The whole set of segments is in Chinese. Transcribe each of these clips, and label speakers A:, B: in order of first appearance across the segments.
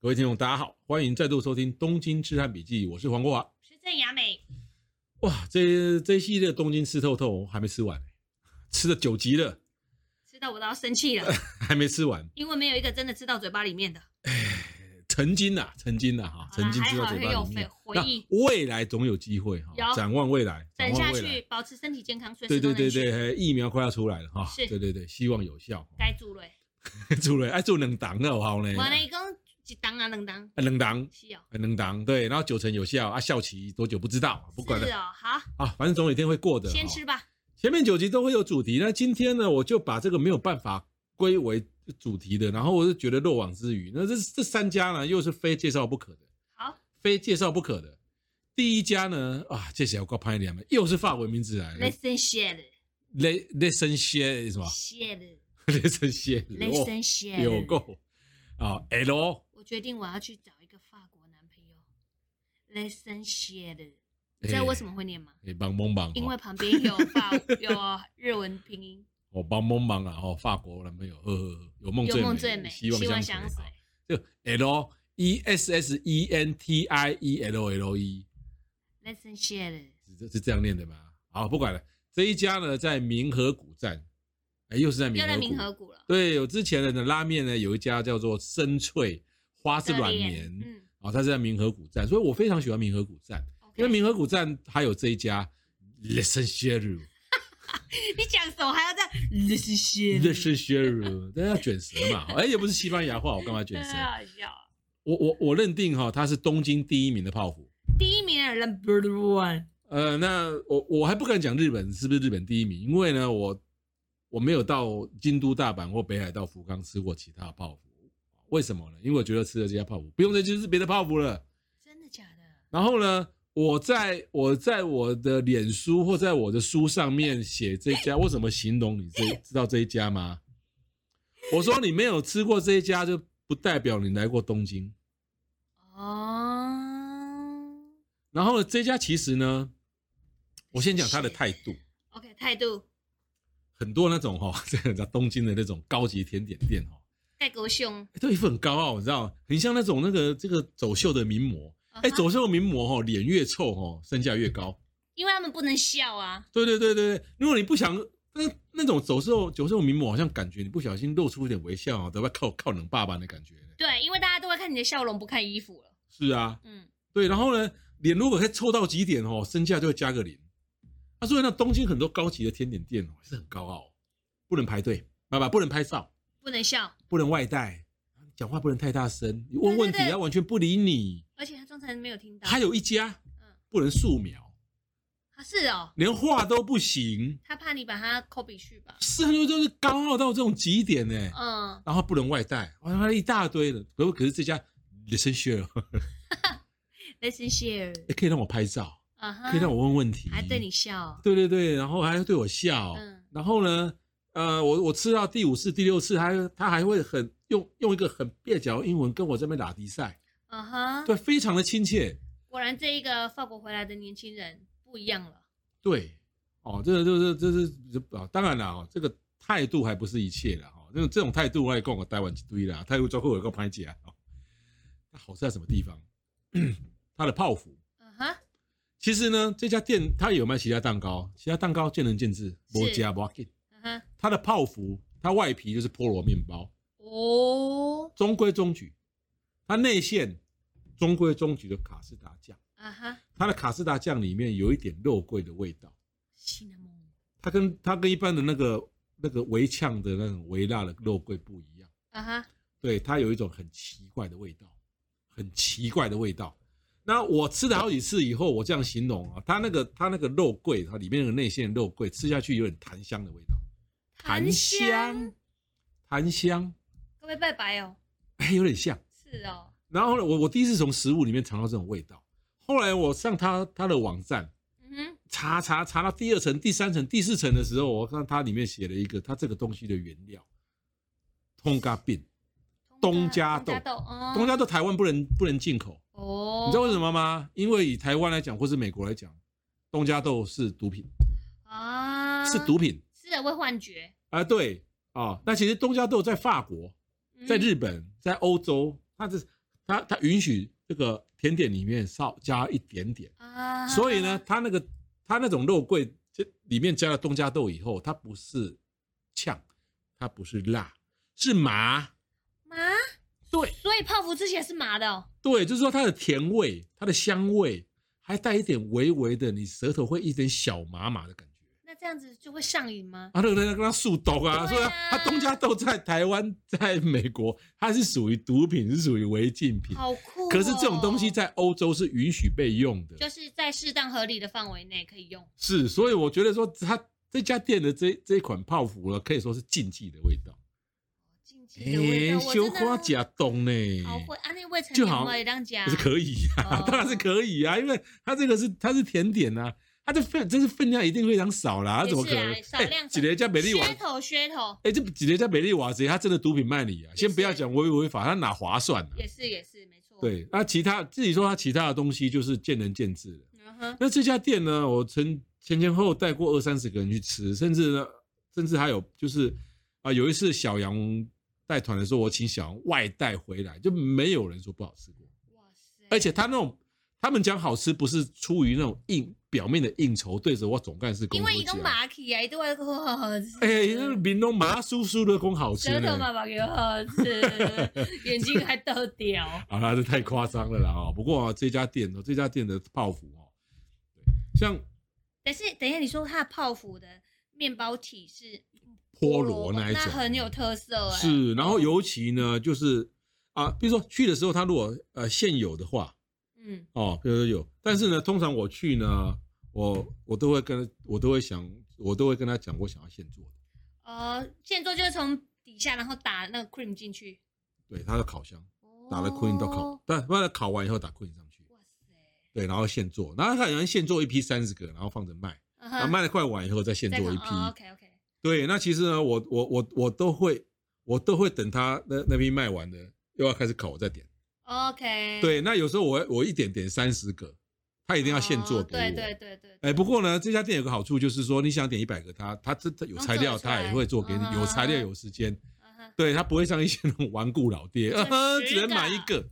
A: 各位听众，大家好，欢迎再度收听《东京痴汉笔记》，我是黄国华。
B: 是正雅美，
A: 哇，这这一系列东京吃透透还没吃完，吃了九集了，
B: 吃到我都要生气 了，
A: 还没吃完。
B: 因为没有一个真的吃到嘴巴里面的。
A: 曾经呐、啊，曾经呐、啊，哈，曾经吃到嘴
B: 还
A: 巴
B: 好
A: 里面。
B: 还有
A: 那
B: 回忆
A: 未来总有机会哈，
B: 有
A: 展望未来，展
B: 等下
A: 望未
B: 去
A: 来。
B: 保持身体健康，随
A: 对
B: 时都
A: 对对
B: 能去。
A: 对，还疫苗快要出来了哈，
B: 是
A: 对对对，希望有效。
B: 该住了欸，
A: 出来哎，做冷档的好不好呢，
B: 我呢一共一档啊两档，
A: 啊冷档
B: 是哦，
A: 啊冷档，对，然后九成有效啊，效期多久不知道，不管
B: 是
A: 了
B: 哦，好，
A: 啊，反正总有一天会过的。
B: 先
A: 哈
B: 吃吧。
A: 前面九集都会有主题，那今天呢，我就把这个没有办法归为主题的，然后我就觉得漏网之鱼。那这这三家呢，又是非介绍不可的，
B: 好，
A: 非介绍不可的。第一家呢，啊，这小我拍两们，又是法文名字来的
B: Listen share
A: ，Le Le 生蝎是吧
B: share
A: ？Le 生蝎，哦
B: listen
A: 有
B: share。
A: 够啊！L
B: 我决定我要去找一个法国男朋友。Listen share，你知道为什么会念吗？
A: 哎，帮帮忙，
B: 因为旁边有法有日文拼音，
A: 我帮帮忙啊，哦，法国男朋友，呵呵呵，有梦
B: 有
A: 最
B: 梦最美，
A: 希
B: 希
A: 望
B: 望
A: 相
B: 相随
A: 随。。就 L E S S E N T I E L L E，
B: Listen share，
A: 是是这样念的吗？好，不管了。这一家呢，在明河谷站，哎，又是在明
B: 又
A: 河
B: 在
A: 谷。
B: 明河谷了。
A: 对，有之前的拉面呢，有一家叫做深翠花是软绵，
B: 嗯
A: 哦，它是在明河谷站，所以我非常喜欢明河谷站，
B: ，OK，
A: 因为明河谷站还有这一家 Listen Share，Listen
B: 你讲什么还 要这样？这是些
A: Share，但要卷舌嘛，哎，也不是西班牙话，我干嘛卷舌？
B: 啊好笑。
A: 我我我认定哈、它是东京第一名的泡芙。
B: 第一名的 number one，
A: 呃，那我我还不敢讲日本是不是日本第一名，因为呢，我我没有到京都、大阪或北海道福冈吃过其他的泡芙，为什么呢？因为我觉得吃了这家泡芙，不用再去吃别的泡芙了。
B: 真的假的？
A: 然后呢，我在我在我的脸书或在我的书上面写这家，我怎么形容你这知道这一家吗？我说你没有吃过这一家，就不代表你来过东京。
B: 哦
A: 然后呢，这家其实呢，我先讲他的态度。
B: ，OK，态度
A: 很多那种哈、 哦，在东京的那种高级甜点店哦，
B: 盖狗胸，
A: 诶都一副很高傲，你知道，很像那种那个这个走秀的名模。哎、
B: 嗯哼
A: 走秀的名模哦，脸越臭哦，身价越高。
B: 因为他们不能笑啊。
A: 对对对对对，如果你不想那那种走秀走秀名模，好像感觉你不小心露出一点微笑哦，都要靠靠冷爸爸的感觉。
B: 对，因为大家都会看你的笑容，不看衣服了。
A: 是啊，
B: 嗯，
A: 对，然后呢，脸如果可以臭到极点哦，身价就会加个零。啊他说那东京很多高级的甜点店哦，是很高傲，不能排队，爸爸不能拍照。
B: 不能笑，
A: 不能外带，讲话不能太大声，你问问题
B: 对对
A: 他完全不理你。
B: 而且他刚才没有听到。
A: 还有一家
B: 嗯，
A: 不能素描，
B: 啊是哦，
A: 连画都不行，
B: 他怕你把他 copy 去 吧。
A: 是很多都是高傲到这种极点呢、
B: 嗯，
A: 然后不能外带，哇，他一大堆的。可可是这家 listen share
B: ，Listen share，
A: 哎可以让我拍照，
B: 啊哈
A: 可以让我问问题，
B: 还对你笑，
A: 对对对，然后还对我笑，
B: 嗯
A: 然后呢，呃，我我吃到第五次、第六次，还他还会很用用一个很蹩脚的英文跟我这边打比赛，
B: 啊哈。
A: 对，非常的亲切。
B: 果然，这一个法国回来的年轻人不一样了。
A: 对，哦，这个就是这是啊，当然啦，哦，这个态度还不是一切啦，哦，那种这种态度我也跟我待完一堆啦，态度最后有个拍解哦。那好是在什么地方？它的泡芙，
B: 嗯哼，
A: 其实呢，这家店它有卖其他蛋糕，其他蛋糕见仁见智，不加不给。
B: 嗯哼，
A: 它的泡芙，它外皮就是菠萝面包，
B: 哦，
A: 中规中矩；它内馅中规中矩的卡士达酱，
B: 啊哈，
A: 它的卡士达酱里面有一点肉桂的味道。
B: 西南梦，
A: 它跟它跟一般的那个那个微呛的那种微辣的肉桂不一样，
B: 啊哈，
A: 对，它有一种很奇怪的味道，很奇怪的味道。那我吃了好几次以后，我这样形容啊，它那个它那个肉桂，它里面的内馅肉桂吃下去有点檀香的味道，
B: 檀香，，
A: 檀香，
B: 各位拜拜哦，
A: 哎，有点像。
B: 是哦，
A: 然后呢，我我第一次从食物里面尝到这种味道，后来我上它它的网站
B: 嗯哼，
A: 查查查到第二层、第三层、第四层的时候，我看它里面写了一个它这个东西的原料，通嘎饼。东加豆
B: 东加豆，哦
A: 东家到台湾不能不能进口，
B: 哦，
A: 你知道为什么吗？因为以台湾来讲，或是美国来讲，东加豆是毒品，
B: 啊？
A: 是毒，品
B: 吃了会幻觉，
A: 啊、对啊、那其实东加豆在法国、在
B: 嗯
A: 日本、在欧洲，它是他他允许这个甜点里面少加一点点，
B: 啊，
A: 所以呢，他那个他那种肉桂，这里面加了东加豆以后，它不是呛，它不是辣，是麻。
B: 麻，
A: 对
B: 所以泡芙之前是麻的哦，
A: 对，就是说它的甜味，它的香味，还带一点微微的，你舌头会一点小麻麻的感觉。
B: 那这样子就会上瘾吗？
A: 啊，那个人跟他速冻啊，所
B: 对
A: 以
B: 啊
A: 它东家豆在台湾， 在美国它是属于毒品，是属于违禁品。
B: 好酷 哦、
A: 可是这种东西在欧洲是允许被用的，
B: 就是在适当合理的范围内可以用。
A: 是，所以我觉得说它这家店的这这一款泡芙了，可以说是禁忌的味道。
B: 禁忌的味道，我
A: 羞
B: 真
A: 花
B: 的
A: 假冻呢，
B: 好会啊！那未成
A: 就
B: 年
A: 好
B: 会当家
A: 是可以啊
B: 哦，
A: 当然是可以啊，因为它这个是它是甜点呐、啊，它的分这是分量一定非常少啦，它
B: 也
A: 怎么
B: 是
A: 可能
B: 啊？少
A: 哎
B: 量
A: 几连加美 丽瓦，
B: 噱头噱头
A: 哎，这几连加美丽瓦谁？它真的毒品卖你啊！
B: 也是
A: 先不要讲违不违法，它哪划算啊？
B: 也是也是没错。，
A: 对，那其他自己说它其他的东西就是见仁见智了。
B: 嗯哼，
A: 那这家店呢，我曾前前后后带过二三十个人去吃，甚至呢，甚至还有就是啊、有一次小杨带团的时候，我请小杨外带回来，就没有人说不好吃过。
B: 哇塞！
A: 而且他那种，他们讲好吃不是出于那种应表面的应酬，对着我总干事公
B: 因为伊
A: 讲
B: 讲，马起啊，伊都会讲好吃。
A: 哎、那个民东麻酥酥的公好吃
B: 舌头
A: 呢。
B: 嘛，给我好吃， 眼睛还都掉。
A: 好啦，这太夸张了啦哦。不过、啊、这家店哦，这家店的泡芙哦，对，像
B: 但是等一下，你说它的泡芙的面包体是
A: 菠萝那一种，嗯
B: 那很有特色哎、
A: 是。然后尤其呢，就是啊，比如说去的时候，他如果呃现有的话，
B: 嗯，
A: 哦，比如说有，但是呢，通常我去呢，我我都会跟我都会想，我都会跟他讲，我想要现做的。
B: 呃，现做就是从底下，然后打那个 cream 进去，
A: 对，他的烤箱打了 queen 到烤
B: 哦，，
A: 但不然烤完以后打 queen 上去，
B: 哇塞，
A: 对，然后现做，然后他好像现做一批三十个，然后放着卖，
B: 嗯
A: 然后
B: 哼
A: 卖的快完以后再现做一批。
B: OK OK，
A: 对，那其实呢，我我我我都会，我都会等他那那批卖完的又要开始烤，我再点。
B: OK，，
A: 对，那有时候我我一点点三十个，他一
B: 一
A: 定要现做给我。
B: 哦对对对对，
A: 哎，不过呢，这家店有个好处就是说，你想点一百个，他他真的有
B: 能
A: 材
B: 做
A: 料，
B: 得出
A: 他也
B: 来
A: 会做给你，有材料
B: 啊
A: 有时间。
B: 嗯哼
A: 对他不会像一些那种顽固老爹，
B: 就
A: 只能买一
B: 十
A: 个。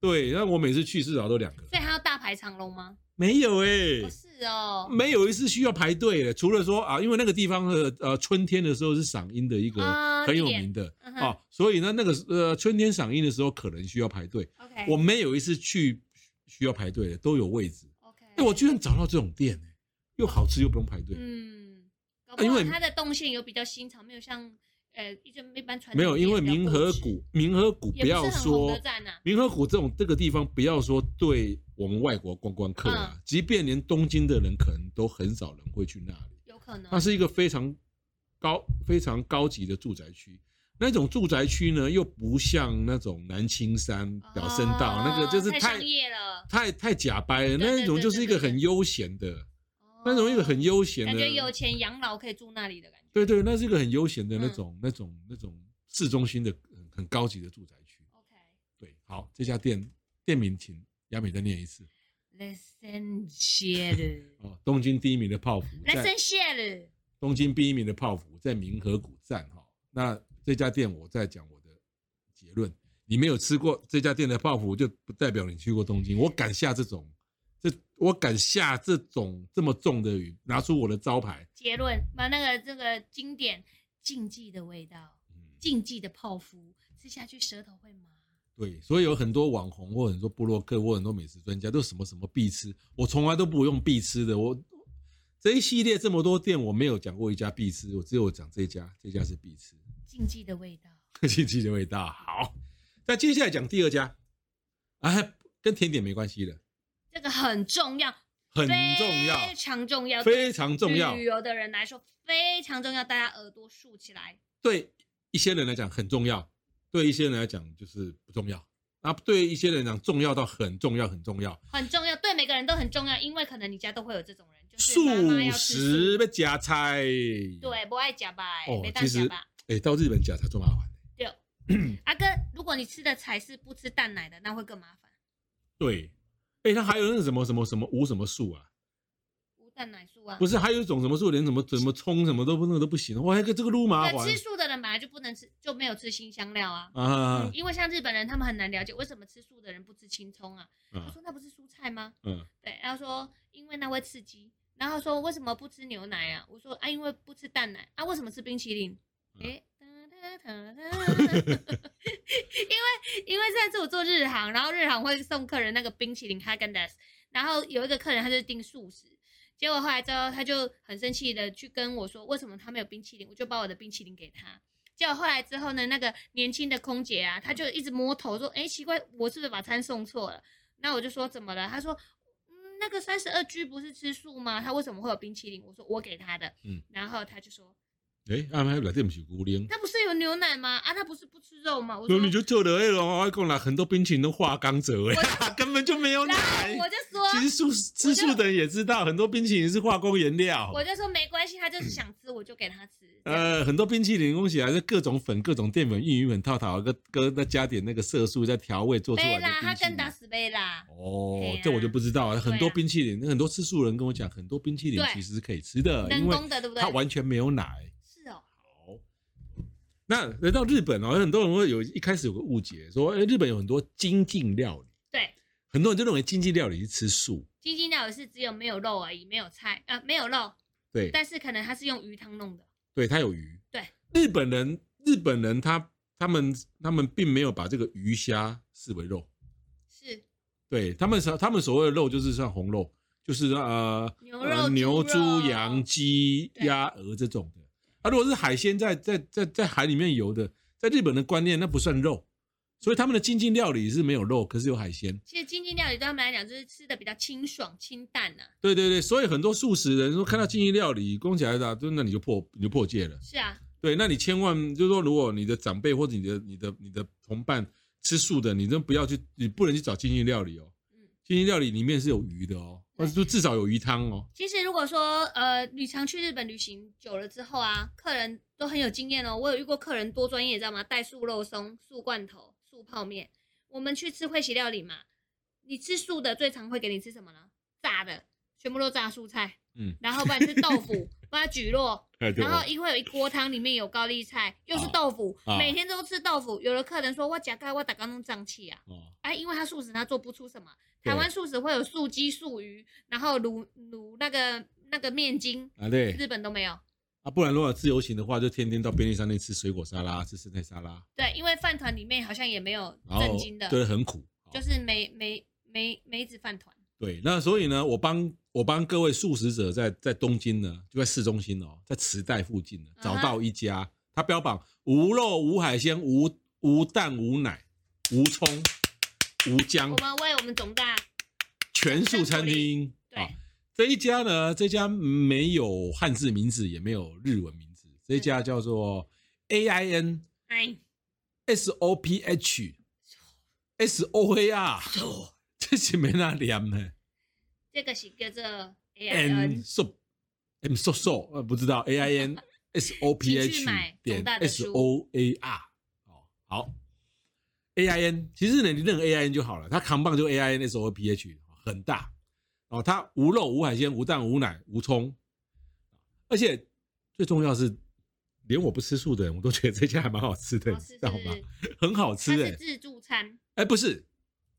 A: 对，那我每次去至少都两个，
B: 所以它要大排长龙吗？
A: 没有哎、
B: 不是哦，
A: 没有一次需要排队的，除了说啊，因为那个地方的呃春天的时候是赏樱的一个
B: 啊
A: 很
B: 地
A: 有
B: 点
A: 名的
B: 嗯哼
A: 哦，所以呢那个呃春天赏樱的时候可能需要排队，
B: ，OK，
A: 我没有一次去需要排队的，都有位置。
B: OK，
A: 哎，我居然找到这种店、欸，又好吃又不用排队。
B: 嗯，搞
A: 啊因
B: 不
A: 为
B: 好它的动线有比较新潮，没有像呃一种一般传统
A: 没有，因为明和
B: 河
A: 谷，明和谷不
B: 也不是
A: 要
B: 很
A: 说
B: 红的站呐，
A: 明和谷这种这个地方，不要说对我们外国观光客啊，
B: 嗯
A: 即便连东京的人，可能都很少人会去那里。
B: 有可能
A: 它是一个非常高、非常高级的住宅区。那种住宅区呢，又不像那种南青山、表参道、
B: 哦
A: 那个，就是
B: 太
A: 太
B: 商业了，
A: 太太假掰了。
B: 对对
A: 那种就是一个很悠闲的，那种一个很
B: 哦
A: 悠闲的，
B: 感觉有钱养老可以住那里的感觉。
A: 对对，那是一个很悠闲的那
B: 嗯
A: 种、那种、那种市中心的很很高级的住宅区。
B: OK，
A: 对，好，这家店店名请雅美再念一次
B: l e s s e n s h e
A: 哦。东京第一名的泡芙
B: l e s s e
A: 在
B: n s h
A: 东京第一名的泡芙在明和谷站哈、那这家店我在讲我的结论，你没有吃过这家店的泡芙，就不代表你去过东京。我敢下这种，这我敢下这种这么重的雨，拿出我的招牌。
B: 结论，把那个这个经典禁忌的味道，
A: 嗯
B: 禁忌的泡芙吃下去舌头会麻。
A: 对，所以有很多网红或者很多部落客或很多美食专家都什么什么必吃，我从来都不用必吃的。我这一系列这么多店，我没有讲过一家必吃，我只有讲这家，这家是必吃，
B: 禁忌的味道，
A: 亲戚的味道好。那接下来讲第二家，哎，跟甜点没关系的，
B: 这个很重要，
A: 很重要，
B: 非常重要，
A: 非常重要
B: 旅，游的人来说非常重要，大家耳朵竖起来。
A: 对一些人来讲很重要，对一些人来讲就是不重要。那对一些人来讲重要到很重要，很重要。
B: 很重要，对每个人都很重要，因为可能你家都会有这种人，就是
A: 素
B: 妈妈要吃
A: 食
B: 素，
A: 被加菜，
B: 对，不爱夹吧，
A: 哦
B: 没
A: 其
B: 当
A: 实
B: 夹吧。
A: 哎、到日本假才做麻烦。
B: 对，阿哥，如果你吃的菜是不吃蛋奶的，那会更麻烦。
A: 欸对，哎、它还有那个什么什么什么无什么素啊，
B: 无蛋奶素啊，
A: 不
B: 是
A: 是，还有一种什么树连什么怎么冲什么都不那个都不行，哇，那个这个撸麻烦
B: 吃素的人本来就不能吃，就没有吃新香料啊。
A: 啊
B: 嗯，，因为像日本人，他们很难了解为什么吃素的人不吃青葱啊。他
A: 啊
B: 说那不是蔬菜吗？
A: 嗯，
B: 对，他说因为那会刺激。然后说为什么不吃牛奶啊？我说啊，因为不吃蛋奶啊。为什么吃冰淇淋？
A: 嗯
B: 诶，哒哒哒哒 因为因为上次我做日航，然后日航会送客人那个冰淇淋 h a g e n d a s 然后有一个客人他就订素食，结果后来之后他就很生气的去跟我说，为什么他没有冰淇淋？我就把我的冰淇淋给他。结果后来之后呢，那个年轻的空姐啊，她就一直摸头说：“哎，奇怪，我是不是把餐送错了？”那我就说：“怎么了？”她说：“嗯，那个三十二 G 不是吃素吗？他为什么会有冰淇淋？”我说：“我给他的。”
A: 嗯
B: 嗯，然后他就说
A: 哎，阿麦来这不是孤零：“。
B: 他不是有牛奶吗？啊，他不是不吃肉吗？”我说
A: 那：“你就做了哎咯，我讲啦，很多冰淇淋都化钢折哎， 根本就没有
B: 然
A: 奶
B: 后。我就说，
A: 其实素吃素的人也知道，很多冰淇淋是化工原料。
B: 我就说没关系，他就是想吃，我就给他吃。这样
A: 呃，很多冰淇淋东西还是各种粉、各种淀粉、玉米粉、套套，跟跟再加点那个色素，再调味做出来
B: 贝
A: 的
B: 拉，
A: 冰
B: 他
A: 淇
B: 跟
A: 淋啊
B: 达。斯贝拉，
A: 哦
B: 嘿啊，
A: 这我就不知道了。很多
B: 对啊
A: 冰淇淋，很多吃素人跟我讲，很多冰淇淋
B: 对
A: 其实是可以吃的，
B: 人
A: 呃因为
B: 工的对不对
A: 它？完全没有奶。
B: 是哦，
A: 好，那来到日本哦，很多人会有一开始有个误解，说哎，日本有很多精进料理，
B: 对，
A: 很多人就认为精进料理是吃素。
B: 鸡精料理是只有没有肉而已，没有菜，呃，没有肉，
A: 对，
B: 但是可能他是用鱼汤弄的。
A: 对，它有鱼。
B: 对，
A: 日本人，日本人他他们他们并没有把这个鱼虾视为肉，
B: 是
A: 对他们所他们所谓的肉就是像红肉，就是呃
B: 牛
A: 呃
B: 肉
A: 牛、
B: 猪
A: 猪
B: 肉、
A: 羊、鸡、
B: 对
A: 鸭、鹅这种的。啊，如果是海鲜在在在在海里面游的，在日本的观念那不算肉，所以他们的精进料理是没有肉，可是有海鲜。
B: 其实精进料理对他们来讲，就是吃的比较清爽、清淡啊呐、
A: 对对对，所以很多素食人说看到精进料理，供起来的，就那你就破你就破戒了。
B: 是啊，
A: 对，那你千万就是说，如果你的长辈或者你的、你的、你的同伴吃素的，你真不要去，你不能去找精进料理哦。
B: 嗯，
A: 精进料理里面是有鱼的哦，或者说至少有鱼汤哦。
B: 其实如果说呃，你常去日本旅行久了之后啊，客人都很有经验哦。我有遇过客人多专业，你知道吗？带素肉松、素罐头、素泡面。我们去吃会席料理嘛，你吃素的最常会给你吃什么呢？炸的，全部都炸蔬菜，
A: 嗯，
B: 然后不然是豆腐，不然蒟蒻，
A: 哎，
B: 然后一会有一锅汤，里面有高丽菜，又是
A: 哦
B: 豆腐，
A: 哦
B: 每天都吃豆腐。有的客人说，我夹盖我打刚弄胀气啊。
A: 哦，
B: 哎，因为它素食，它做不出什么。
A: 对
B: 台湾素食会有素鸡、素鱼，然后卤卤那个那个面筋，
A: 啊对，
B: 日本都没有。
A: 啊，不然如果自由行的话，就天天到便利商店吃水果沙拉、吃生菜沙拉，
B: 对，因为饭团里面好像也没有
A: 然
B: 正
A: 后
B: 经的，
A: 哦对，很苦。哦
B: 就是梅梅梅梅子饭团。
A: 对，那所以呢，我帮我帮各位素食者在在东京呢，就在市中心哦，在池袋附近呢，
B: 嗯哼
A: 找到一家，它标榜无肉、无海鲜、无无蛋、无奶、无葱、无姜
B: 我，们为我们总大
A: 全素餐厅哦
B: 对、
A: 这一家呢，这家没有汉字名字，也没有日文名字，这一家叫做 A I N
B: 哎
A: S O P H S O A R，这是没那念呢。
B: 这个是叫做哎呃 A I
A: N
B: N，
A: so M so so 呃不知道 A I N S O P
B: 请
A: H
B: 去买
A: 点
B: 总大的
A: S
B: 书
A: O A R 哦好 A I N 其实呢你认 A I N 就好了，它扛棒就 A I N S O P H 很大哦，它无肉无海鲜无蛋无奶无葱，而且最重要是连我不吃素的人我都觉得这家还蛮好吃的，
B: 然
A: 你
B: 后
A: 知
B: 哦是
A: 道吗？
B: 是
A: 很好
B: 它
A: 吃哎、
B: 是自助餐
A: 哎不是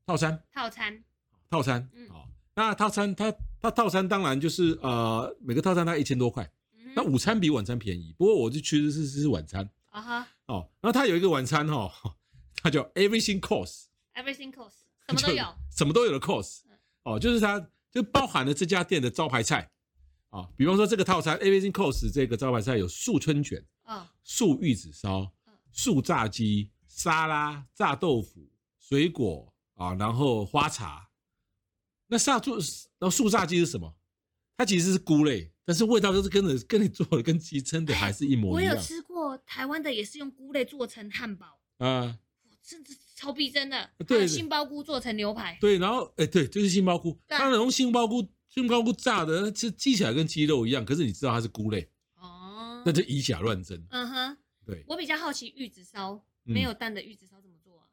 A: 套餐。
B: 套餐，
A: 套餐，
B: 嗯
A: 哦，那套餐它它套餐当然就是呃每个套餐大概一千多块，
B: 嗯
A: 那
B: 哼，
A: 午餐比晚餐便宜，不过我就去的是是是晚餐
B: 啊哈
A: 哦，然后它有一个晚餐哦，它叫 Everything Course，
B: ，everything course 什么都有，
A: 就什么都有的 course
B: 嗯
A: 哦，就是它就包含了这家店的招牌菜啊、哦，比方说这个套餐 Everything Course 这个招牌菜有素春卷、
B: 嗯，
A: 素玉子烧
B: 嗯、
A: 素炸鸡、沙拉、炸豆腐、水果啊，然后花茶。那炸做，然后素炸鸡是什么？它其实是菇类，但是味道就是跟着跟你做的跟鸡真的还是一模
B: 我
A: 一
B: 有
A: 样
B: 吃过台湾的，也是用菇类做成汉堡。
A: 啊、
B: 真的是超逼真的，
A: 呃对
B: 还
A: 对
B: 有杏鲍菇做成牛排，
A: 对，然后哎，对，就是杏鲍菇，
B: 对
A: 它用杏鲍菇杏鲍菇炸的，其实鸡起来跟鸡肉一样，可是你知道它是菇类，
B: 哦
A: 那，就以假乱真。
B: 嗯哼，
A: 对，
B: 我比较好奇玉子烧
A: 嗯
B: 没有蛋的玉子烧怎么做啊？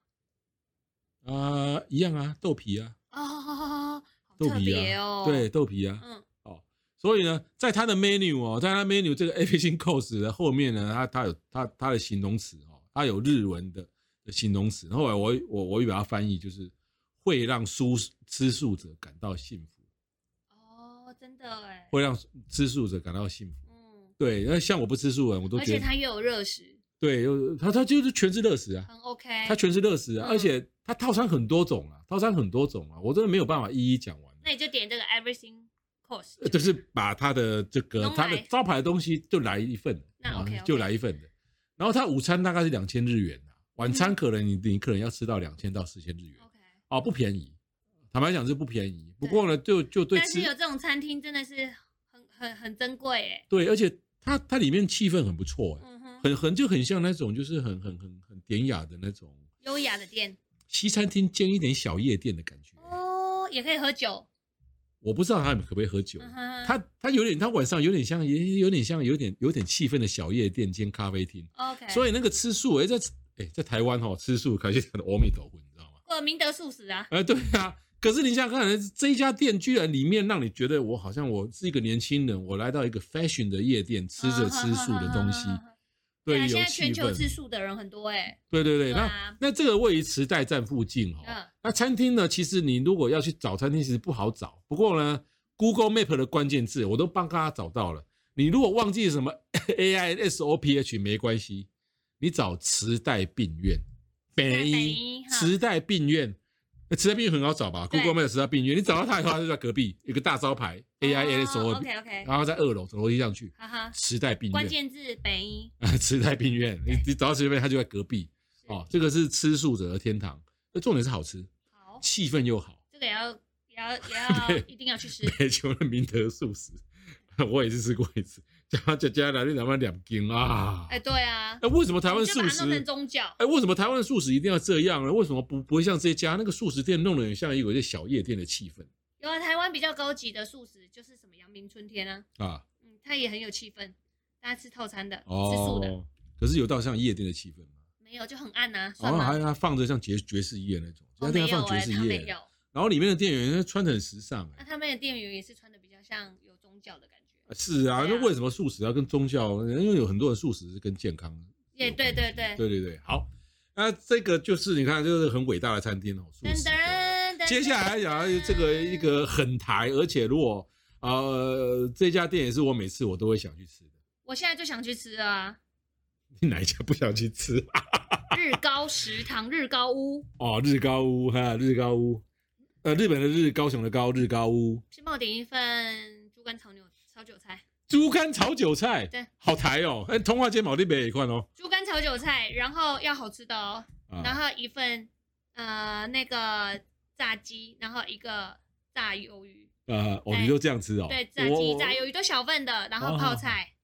A: 啊、一样啊，豆皮啊，
B: 哦，好
A: 豆
B: 特
A: 皮
B: 别
A: 啊，
B: 哦，
A: 对，，豆皮啊，
B: 嗯，
A: 所以呢，在它的 menu 哦，在它 menu 这个 everything cost 的后面呢，它它有它它的形容词哦，它有日文的的形容词。后来我我我也把它翻译，就是会让蔬吃素者感到幸福，
B: 哦，真的哎，
A: 会让吃素者感到幸福。
B: 嗯，
A: 对，那像我不吃素人，我都
B: 而
A: 觉
B: 且
A: 得
B: 它又有热食，
A: 对，又它它就是全是热食啊，
B: 很 OK。
A: 它全是热食啊，
B: 哦嗯
A: 而且它套餐很多种啊，套餐很多种啊，我真的没有办法一一讲完。啊
B: 那你就点这个 everything course，
A: 呃就是把他的这个
B: 都买
A: 他的招牌的东西就来一份，啊
B: 那 OK，OK
A: 就来一份的。然后他午餐大概是两千日元啊晚餐
B: 嗯
A: 可能你你可能要吃到两千到四千日元
B: OK。
A: 哦，不便宜。坦白讲是不便宜，不过呢，就就对
B: 但是
A: 吃
B: 有这种餐厅真的是很很很珍贵哎，
A: 对，而且它它里面气氛很不错哎，
B: 嗯哼，
A: 很很就很像那种就是很很很很典雅的那种
B: 优雅的店
A: 西餐厅兼一点小夜店的感觉。
B: 哦，也可以喝酒，
A: 我不知道他们可不可以喝酒，啊
B: 嗯哼，
A: 他他有点他晚上有点像也有点像有点有点气氛的小夜店兼咖啡厅。
B: OK，
A: 所
B: 以
A: 以那个吃素，哎、在哎、在台湾哦，吃素可是很阿弥陀佛，你知道吗？
B: 呃，明德素食啊，
A: 哎、对啊。可是你想想看，这一家店居然里面让你觉得我好像我是一个年轻人，我来到一个 fashion 的夜店，吃着吃素的东西，对，
B: 啊
A: 有
B: 现在
A: 气
B: 全球
A: 氛，
B: 吃素的人很多哎，
A: 对对对。
B: 对啊
A: 那那这个位于池袋站附近哦，
B: 嗯
A: 那餐厅呢，其实你如果要去找餐厅，其实不好找。不过呢，Google Map 的关键字我都帮大家找到了。你如果忘记什么 A I S O P H 没关系，你找池袋病院，北
B: 北
A: 一
B: 医哈
A: 池袋病院，那池袋病院很好找吧
B: 对哦
A: ？Google Map 池袋病院，你找到它以后，它就在隔壁有个大招牌 A I S O P，
B: OK OK，
A: 然后在二楼走楼梯上去，
B: 哈哈，
A: 池袋病
B: 关
A: 院，
B: 键字北一，
A: 池袋病院，你你找到池袋病院，它就在隔壁哦。这个是吃素者的天堂，那重点是好吃，
B: 好，
A: 气氛又好。
B: 这个也要也要也要一定要去吃，
A: 北球的明德素食，我也是吃过一次，加加加来，你两万两斤啊！
B: 哎，对啊，
A: 哎，为什么台湾
B: 你就
A: 素
B: 把它弄成
A: 食？
B: 宗教，
A: 哎，为什么台湾的素食一定要这样呢？为什么不不会像这家那个素食店弄得很像有一些小夜店的气氛
B: 有啊，台湾比较高级的素食就是什么阳明春天啊，
A: 啊？
B: 嗯，它也很有气氛，大家吃套餐的，吃素的
A: 哦，可是有到像夜店的气氛吗？
B: 没有就很暗啊，
A: 然
B: 算
A: 后
B: 吗？
A: 还还放着像爵爵士乐那种，
B: 哦
A: 他
B: 没
A: 店
B: 有
A: 放爵
B: 哎、
A: 士
B: 他没
A: 乐，
B: 有，
A: 然后里面的店员穿的很时尚
B: 那
A: 哎。
B: 他们的店员也是穿的比较像有宗教的感觉，
A: 是啊，
B: 对啊
A: 那为什么素食要跟宗教？因为有很多人素食是跟健康
B: 也对对对，
A: 对对对，好，那这个就是你看，就是很伟大的餐厅哦，素食的。
B: 噔噔
A: 接下来讲这个一个很台，而且如果呃这家店也是我每次我都会想去吃的，
B: 我现在就想去吃啊，
A: 你哪一家不想去吃啊？
B: 日高食堂、日高屋
A: 哦，日高屋哈，日高屋，呃，日本的日，高雄的高，日高屋，
B: 先帮我点一份猪肝炒牛炒韭菜，
A: 猪肝炒韭菜，
B: 对，
A: 好台哦，哎，通化街毛利北也看哦，
B: 猪肝炒韭菜，然后要好吃的哦，然
A: 啊，
B: 后一份呃那个炸鸡，然后一个炸鱿鱼，
A: 呃，哦，
B: 对
A: 你就这样吃哦，
B: 对，炸
A: 我
B: 鸡、炸鱿鱼都小份的，然后
A: 哦
B: 泡菜。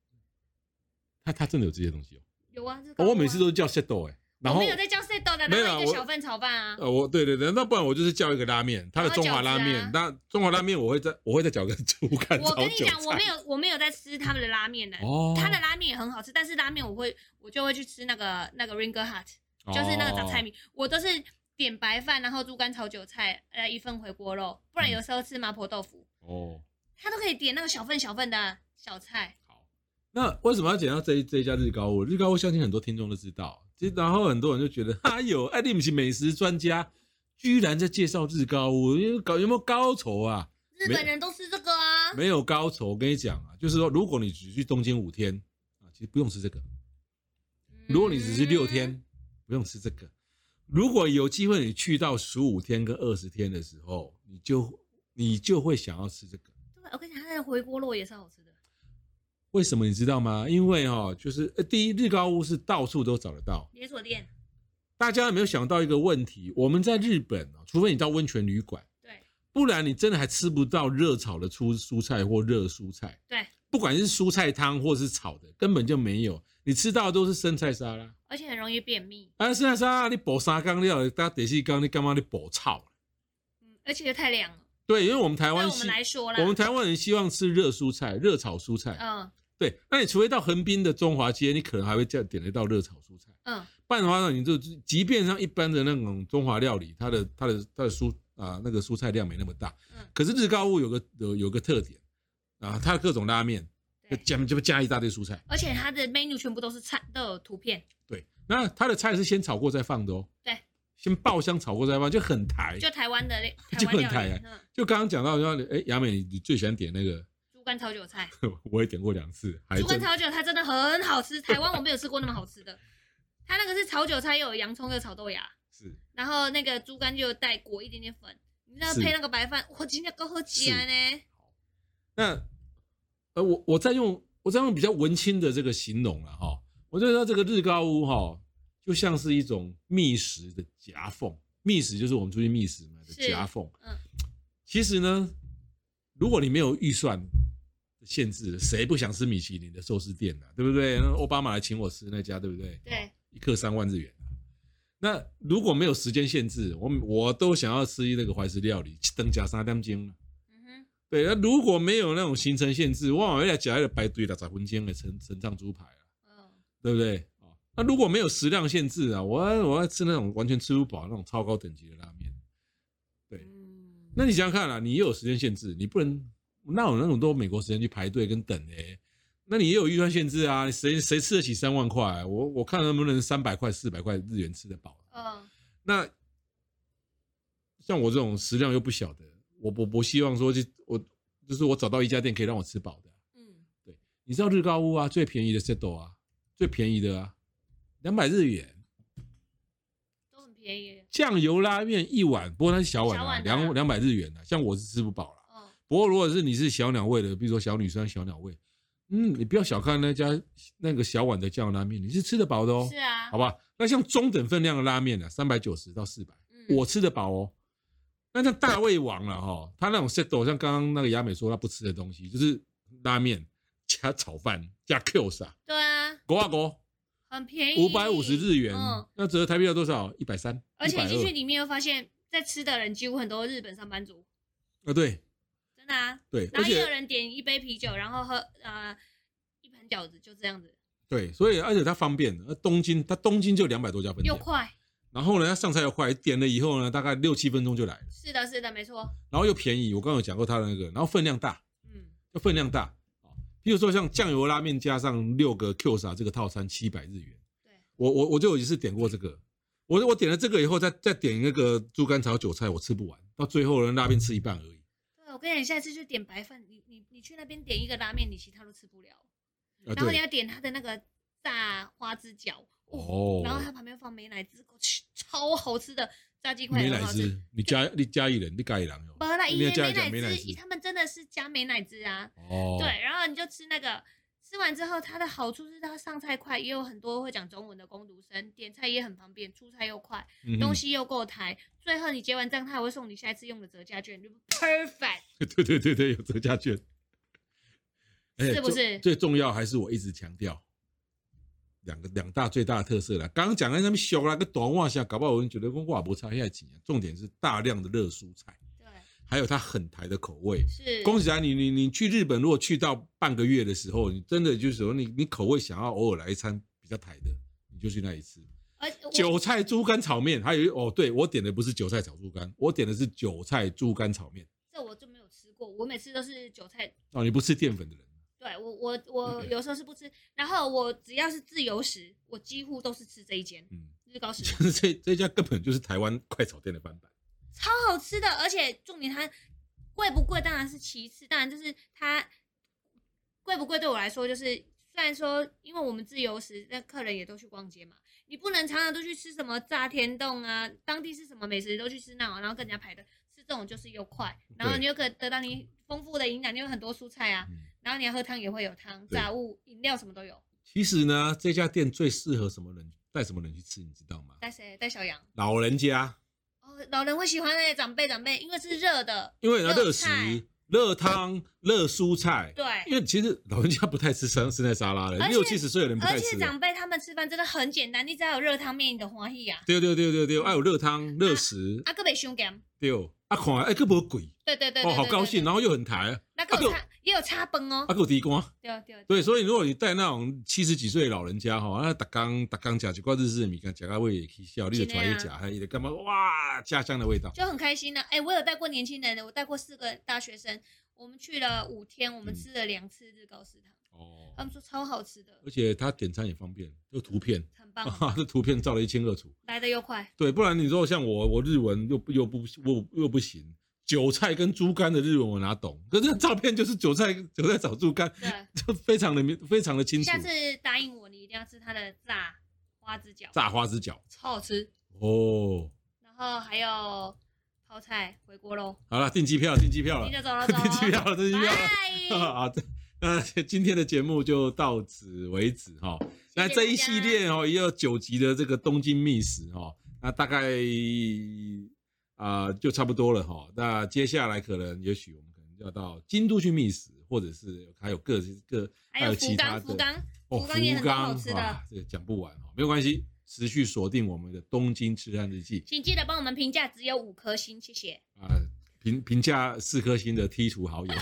A: 他他真的有这些东西哦，
B: 有啊，这个
A: 我每次都叫 set 哎，然
B: 我
A: 后
B: 没有哦在叫 set 的，
A: 没有
B: 然后一
A: 我
B: 个小份炒饭 啊。
A: 呃，我对对对，那不然我就是叫一个拉面，它的中华拉面
B: 然后饺，子啊
A: 那中华拉面我会再我会再叫个猪肝
B: 我
A: 炒
B: 跟你
A: 韭
B: 讲，我没
A: 菜。
B: 有我没有在吃他们的拉面呢、
A: 哦
B: 他的拉面也很好吃，但是拉面我会我就会去吃那个那个 Ringer Hut，就是那个杂菜
A: 哦
B: 米，我都是点白饭，然后猪肝炒韭菜，呃一份回锅肉，不然
A: 嗯
B: 有时候吃麻婆豆腐，
A: 哦。
B: 他都可以点那个小份小份的小菜。
A: 好，那为什么要讲到这一这一家日高屋？日高屋相信很多听众都知道，其实
B: 嗯
A: 然后很多人就觉得，哎呦，艾利姆是美食专家，居然在介绍日高屋，因为搞有没有高仇啊？
B: 日本人都吃这个啊，
A: 没有高仇，我跟你讲啊，就是说，如果你只去东京五天啊，其实不用吃这个，如果你只是六天，不用吃这个。如果有机会你去到十五天跟二十天的时候，你就你就会想要吃这个。
B: 嗯，对，我跟你讲，他的回锅肉也是好吃的。
A: 为什么你知道吗？因为哈、哦，就是呃，第一，日高屋是到处都找得到。
B: 连锁店，
A: 大家有没有想到一个问题？我们在日本啊，除非你到温泉旅馆，
B: 对
A: 不然你真的还吃不到热炒的蔬蔬菜或热蔬菜，
B: 对，
A: 不管是蔬菜汤或是炒的，根本就没有。你吃到的都是生菜沙拉，
B: 而且很容易便秘，
A: 啊，生菜沙拉你补三缸料，搭第四缸你干嘛你补炒？
B: 嗯，而且又太凉了。
A: 对，因为我们台
B: 对
A: 湾
B: 我
A: 希
B: 们来说啦，
A: 我们台湾人希望吃热蔬菜、热炒蔬菜。
B: 嗯
A: 对，那你除非到横滨的中华街，你可能还会叫点得到热炒蔬菜。
B: 嗯，
A: 不然的话呢，你就即便像一般的那种中华料理，它的它的它的蔬啊、那个蔬菜量没那么大
B: 嗯。
A: 可是日高物有个有有个特点，啊，它的各种拉面，
B: 对，
A: 加就加一大堆蔬菜。
B: 而且它的 menu 全部都是菜，都有图片，
A: 对，那它的菜是先炒过再放的哦。
B: 对，
A: 先爆香炒过再放，就很台。
B: 就台湾的 那
A: 就
B: 台
A: 很
B: 湾料
A: 台
B: 理
A: 啊，
B: 嗯，
A: 就刚刚讲到说，哎，雅美，你你最喜欢点那个？
B: 猪肝炒韭菜，
A: 我也点过两次，还
B: 猪肝
A: 真
B: 炒韭菜真的很好吃，台湾我没有吃过那么好吃的。它那个是炒韭菜，又有洋葱，又有炒豆芽，
A: 是
B: 然后那个猪肝就带裹一点点粉，你那
A: 是
B: 配那个白饭，我今天够喝几啊呢？
A: 那呃，我我再用我再用比较文青的这个形容了哈、我就说这个日高屋哈、就像是一种觅食的夹缝，觅食就是我们出去觅食嘛的
B: 是
A: 夹缝。
B: 嗯，
A: 其实呢，如果你没有预算的限制，谁不想吃米其林的寿司店呢、对不对？那奥巴马来请我吃那家，对不对？啊
B: 对，
A: 一克三万日元。啊那如果没有时间限制，我我都想要吃那个怀石料理，登加三点钟了。啊
B: 嗯哼，
A: 对，那如果没有那种行程限制，哇，人家夹一个排队了，找婚间的成成藏猪排啊，
B: 嗯，
A: 对不对？哦，那如果没有食量限制啊，我要我要吃那种完全吃不饱那种超高等级的拉面。对
B: 嗯
A: 那你想想看啊，你也有时间限制，你不能那有那种都美国时间去排队跟等诶、那你也有预算限制啊，谁谁吃得起三万块、啊我我看能不能三百块、四百块日元吃得饱。啊
B: 嗯，
A: 那像我这种食量又不小的，我我我希望说就我就是我找到一家店可以让我吃饱的。啊
B: 嗯，
A: 你知道日高屋啊，最便宜的 set 啊，最便宜的啊，两百日元，
B: 都很便宜，嗯
A: 酱油拉面一碗，不过它是小碗
B: 小
A: 啊，
B: 碗的啊
A: 两两百日元啊，像我是吃不饱了。
B: 哦，
A: 不过如果是你是小鸟胃的，比如说小女生小鸟胃，嗯，你不要小看那家那个小碗的酱油拉面，你是吃得饱的哦，
B: 是啊，
A: 好吧？那像中等分量的拉面呢、啊，三百九十到四百。
B: 嗯，
A: 我吃得饱哦。那像大胃王了哈，他那种 set 像刚刚那个雅美说他不吃的东西，就是拉面加炒饭加 Q 啥，
B: 对啊，
A: 国啊国
B: 很便宜，
A: 五百五十日元
B: 哎嗯，，
A: 那折合台币要多少？一百三，
B: 而且你进去
A: 120
B: 里面又发现，在吃的人几乎很多日本上班族，
A: 啊，对
B: 真的啊，
A: 对，而
B: 然后也有
A: 且
B: 人点一杯啤酒，然后喝呃一盘饺子，就这样子，
A: 对，所以而且它方便，那东京它东京就两百多家分
B: 又
A: 店，
B: 快，
A: 然后呢它上菜又快，点了以后呢大概六七分钟就来了，
B: 是的，是的，没错，
A: 然后又便宜，我刚刚有讲过它的那个，然后分量大，
B: 嗯，
A: 就分量大啊。譬如说像酱油拉面加上六个 Q 啥这个套餐七百日元，
B: 对，
A: 我我我就有一次点过这个，我我点了这个以后再再点那个猪肝炒韭菜，我吃不完，到最后呢拉面吃一半而已
B: 对，我跟你讲，你下次就点白饭，你你你去那边点一个拉面，你其他都吃不了，
A: 啊。
B: 然后你
A: 对，
B: 要点他的那个炸花枝饺，哦，
A: 哦，
B: 然后它旁边放梅奶汁，我去，超好吃的炸鸡块，
A: 没
B: 很
A: 奶
B: 好吃。
A: 汁，你加你加一人，你加一人
B: 不
A: 哦。
B: 啦，
A: 你
B: 因
A: 有
B: 为
A: 加
B: 美
A: 一点美
B: 乃
A: 乃
B: 滋，
A: 滋
B: 他们真的是加美乃滋啊。
A: 哦，
B: 对，然后你就吃那个，吃完之后它的好处是它上菜快，也有很多会讲中文的工读生，点菜也很方便，出菜又快，
A: 对
B: 东西又够台。最后你结完账，他还会送你下一次用的折价券，就 perfect。
A: 对对对对，有折价券，哎
B: 是不是
A: 最最重要还是我一直强调两个两大最大的特色啦。刚刚讲的那么小啦，跟短袜下，搞不好有人觉得跟瓦博差在几啊。重点是大量的热蔬菜，
B: 对，
A: 还有它很台的口味。
B: 是。
A: 恭喜啊，你你你去日本，如果去到半个月的时候，你真的就是说你你口味想要偶尔来一餐比较台的，你就去那里吃。
B: 而且我
A: 韭菜猪肝炒面，还有一哦，对我点的不是韭菜炒猪肝，我点的是韭菜猪肝炒面。
B: 这我就没有吃过，我每次都是韭菜。
A: 哦，你不吃淀粉的人。
B: 对我我我
A: 嗯
B: 有时候是不吃，然后我只要是自由食，我几乎都是吃这一间
A: 嗯，
B: 日高食堂。
A: 就是这这家根本就是台湾快炒店的翻版。
B: 超好吃的，而且重点它贵不贵当然是其次，当然就是它贵不贵对我来说就是，虽然说因为我们自由时，那客人也都去逛街嘛，你不能常常都去吃什么炸天洞啊，当地是什么美食都去吃那种，然后跟人家排队吃这种就是又快，然后
A: 嗯对
B: 你又可以得到你丰富的营养，你有很多蔬菜啊，
A: 嗯，
B: 然后你要喝汤也会有汤，
A: 对
B: 炸物、饮料什么都有。
A: 其实呢，这家店最适合什么人带什么人去吃，你知道吗？
B: 带谁？带小羊。
A: 老人家，
B: 哦，老人会喜欢那些长辈长辈，因为是热的，
A: 因为呢热
B: 热
A: 食
B: 菜、
A: 热汤、热蔬菜。
B: 对。
A: 因为其实老人家不太吃生生菜沙拉的，
B: 而且
A: 六七十岁的人不
B: 而
A: 太
B: 且
A: 吃的。
B: 长辈他们吃饭真的很简单，你只要有热汤面，你的欢喜呀。
A: 对对对对对，还哎有热汤、热食，
B: 嗯啊，个袂伤咸，
A: 对哦，啊看哎，个不贵
B: 对对对，
A: 哦，好高兴，
B: 哦。
A: 然后又很台，
B: 那个有叉也有叉崩哦
A: 啊，个地瓜。
B: 对对对，
A: 对，所以如果你带那种七十几岁的老人家哈，那打刚打刚吃一罐日式的米干，吃到胃也起笑，你就传一
B: 真
A: 吃，
B: 的
A: 还有干嘛哇家乡的味道。
B: 啊就很开心呢。哎，我有带过年轻人的，我带过四个大学生，我们去了五天，我们
A: 嗯
B: 吃了两次日高食堂，他
A: 哦，
B: 们说超好吃的，
A: 而且他点餐也方便，就图片，
B: 很棒，
A: 这图片照了一清二楚。
B: 来的又快。
A: 对，不然你说像我，我日文又不又不我又不行，韭菜跟猪肝的日文我哪懂？可是照片就是韭菜韭菜炒猪肝，
B: 对，
A: 就非常的明非常的清楚
B: 下。次答应我，你一定要吃它的炸花枝饺，
A: 炸花枝饺
B: 超好吃。
A: 哦，
B: 然后还有泡菜回锅肉，
A: 好了，订机票订机票了
B: 你，就走 了，走
A: 订机
B: 了，
A: 票了订机票了。
B: 拜。
A: 啊，这那今天的节目就到此为止哈、那这一系列哦，也有九集的这个东京秘史哦，那大概啊、就差不多了哈、那接下来可能也许我们可能要到京都去觅食，或者是还有各各
B: 还有
A: 其
B: 福
A: 他
B: 冈，福
A: 的
B: 冈，
A: 哦，
B: 福冈也很多好吃的
A: 啊，，这讲不完哦，没有关系，持续锁定我们的东京痴汉日记
B: 请记得帮我们评价，只有五颗星，谢谢。
A: 啊、评评价四颗星的剔除好友，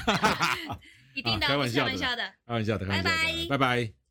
B: 一定的，
A: 啊开玩
B: 不是开
A: 笑的
B: 玩笑的。
A: 开玩笑的，开玩笑的，
B: 拜拜
A: 拜拜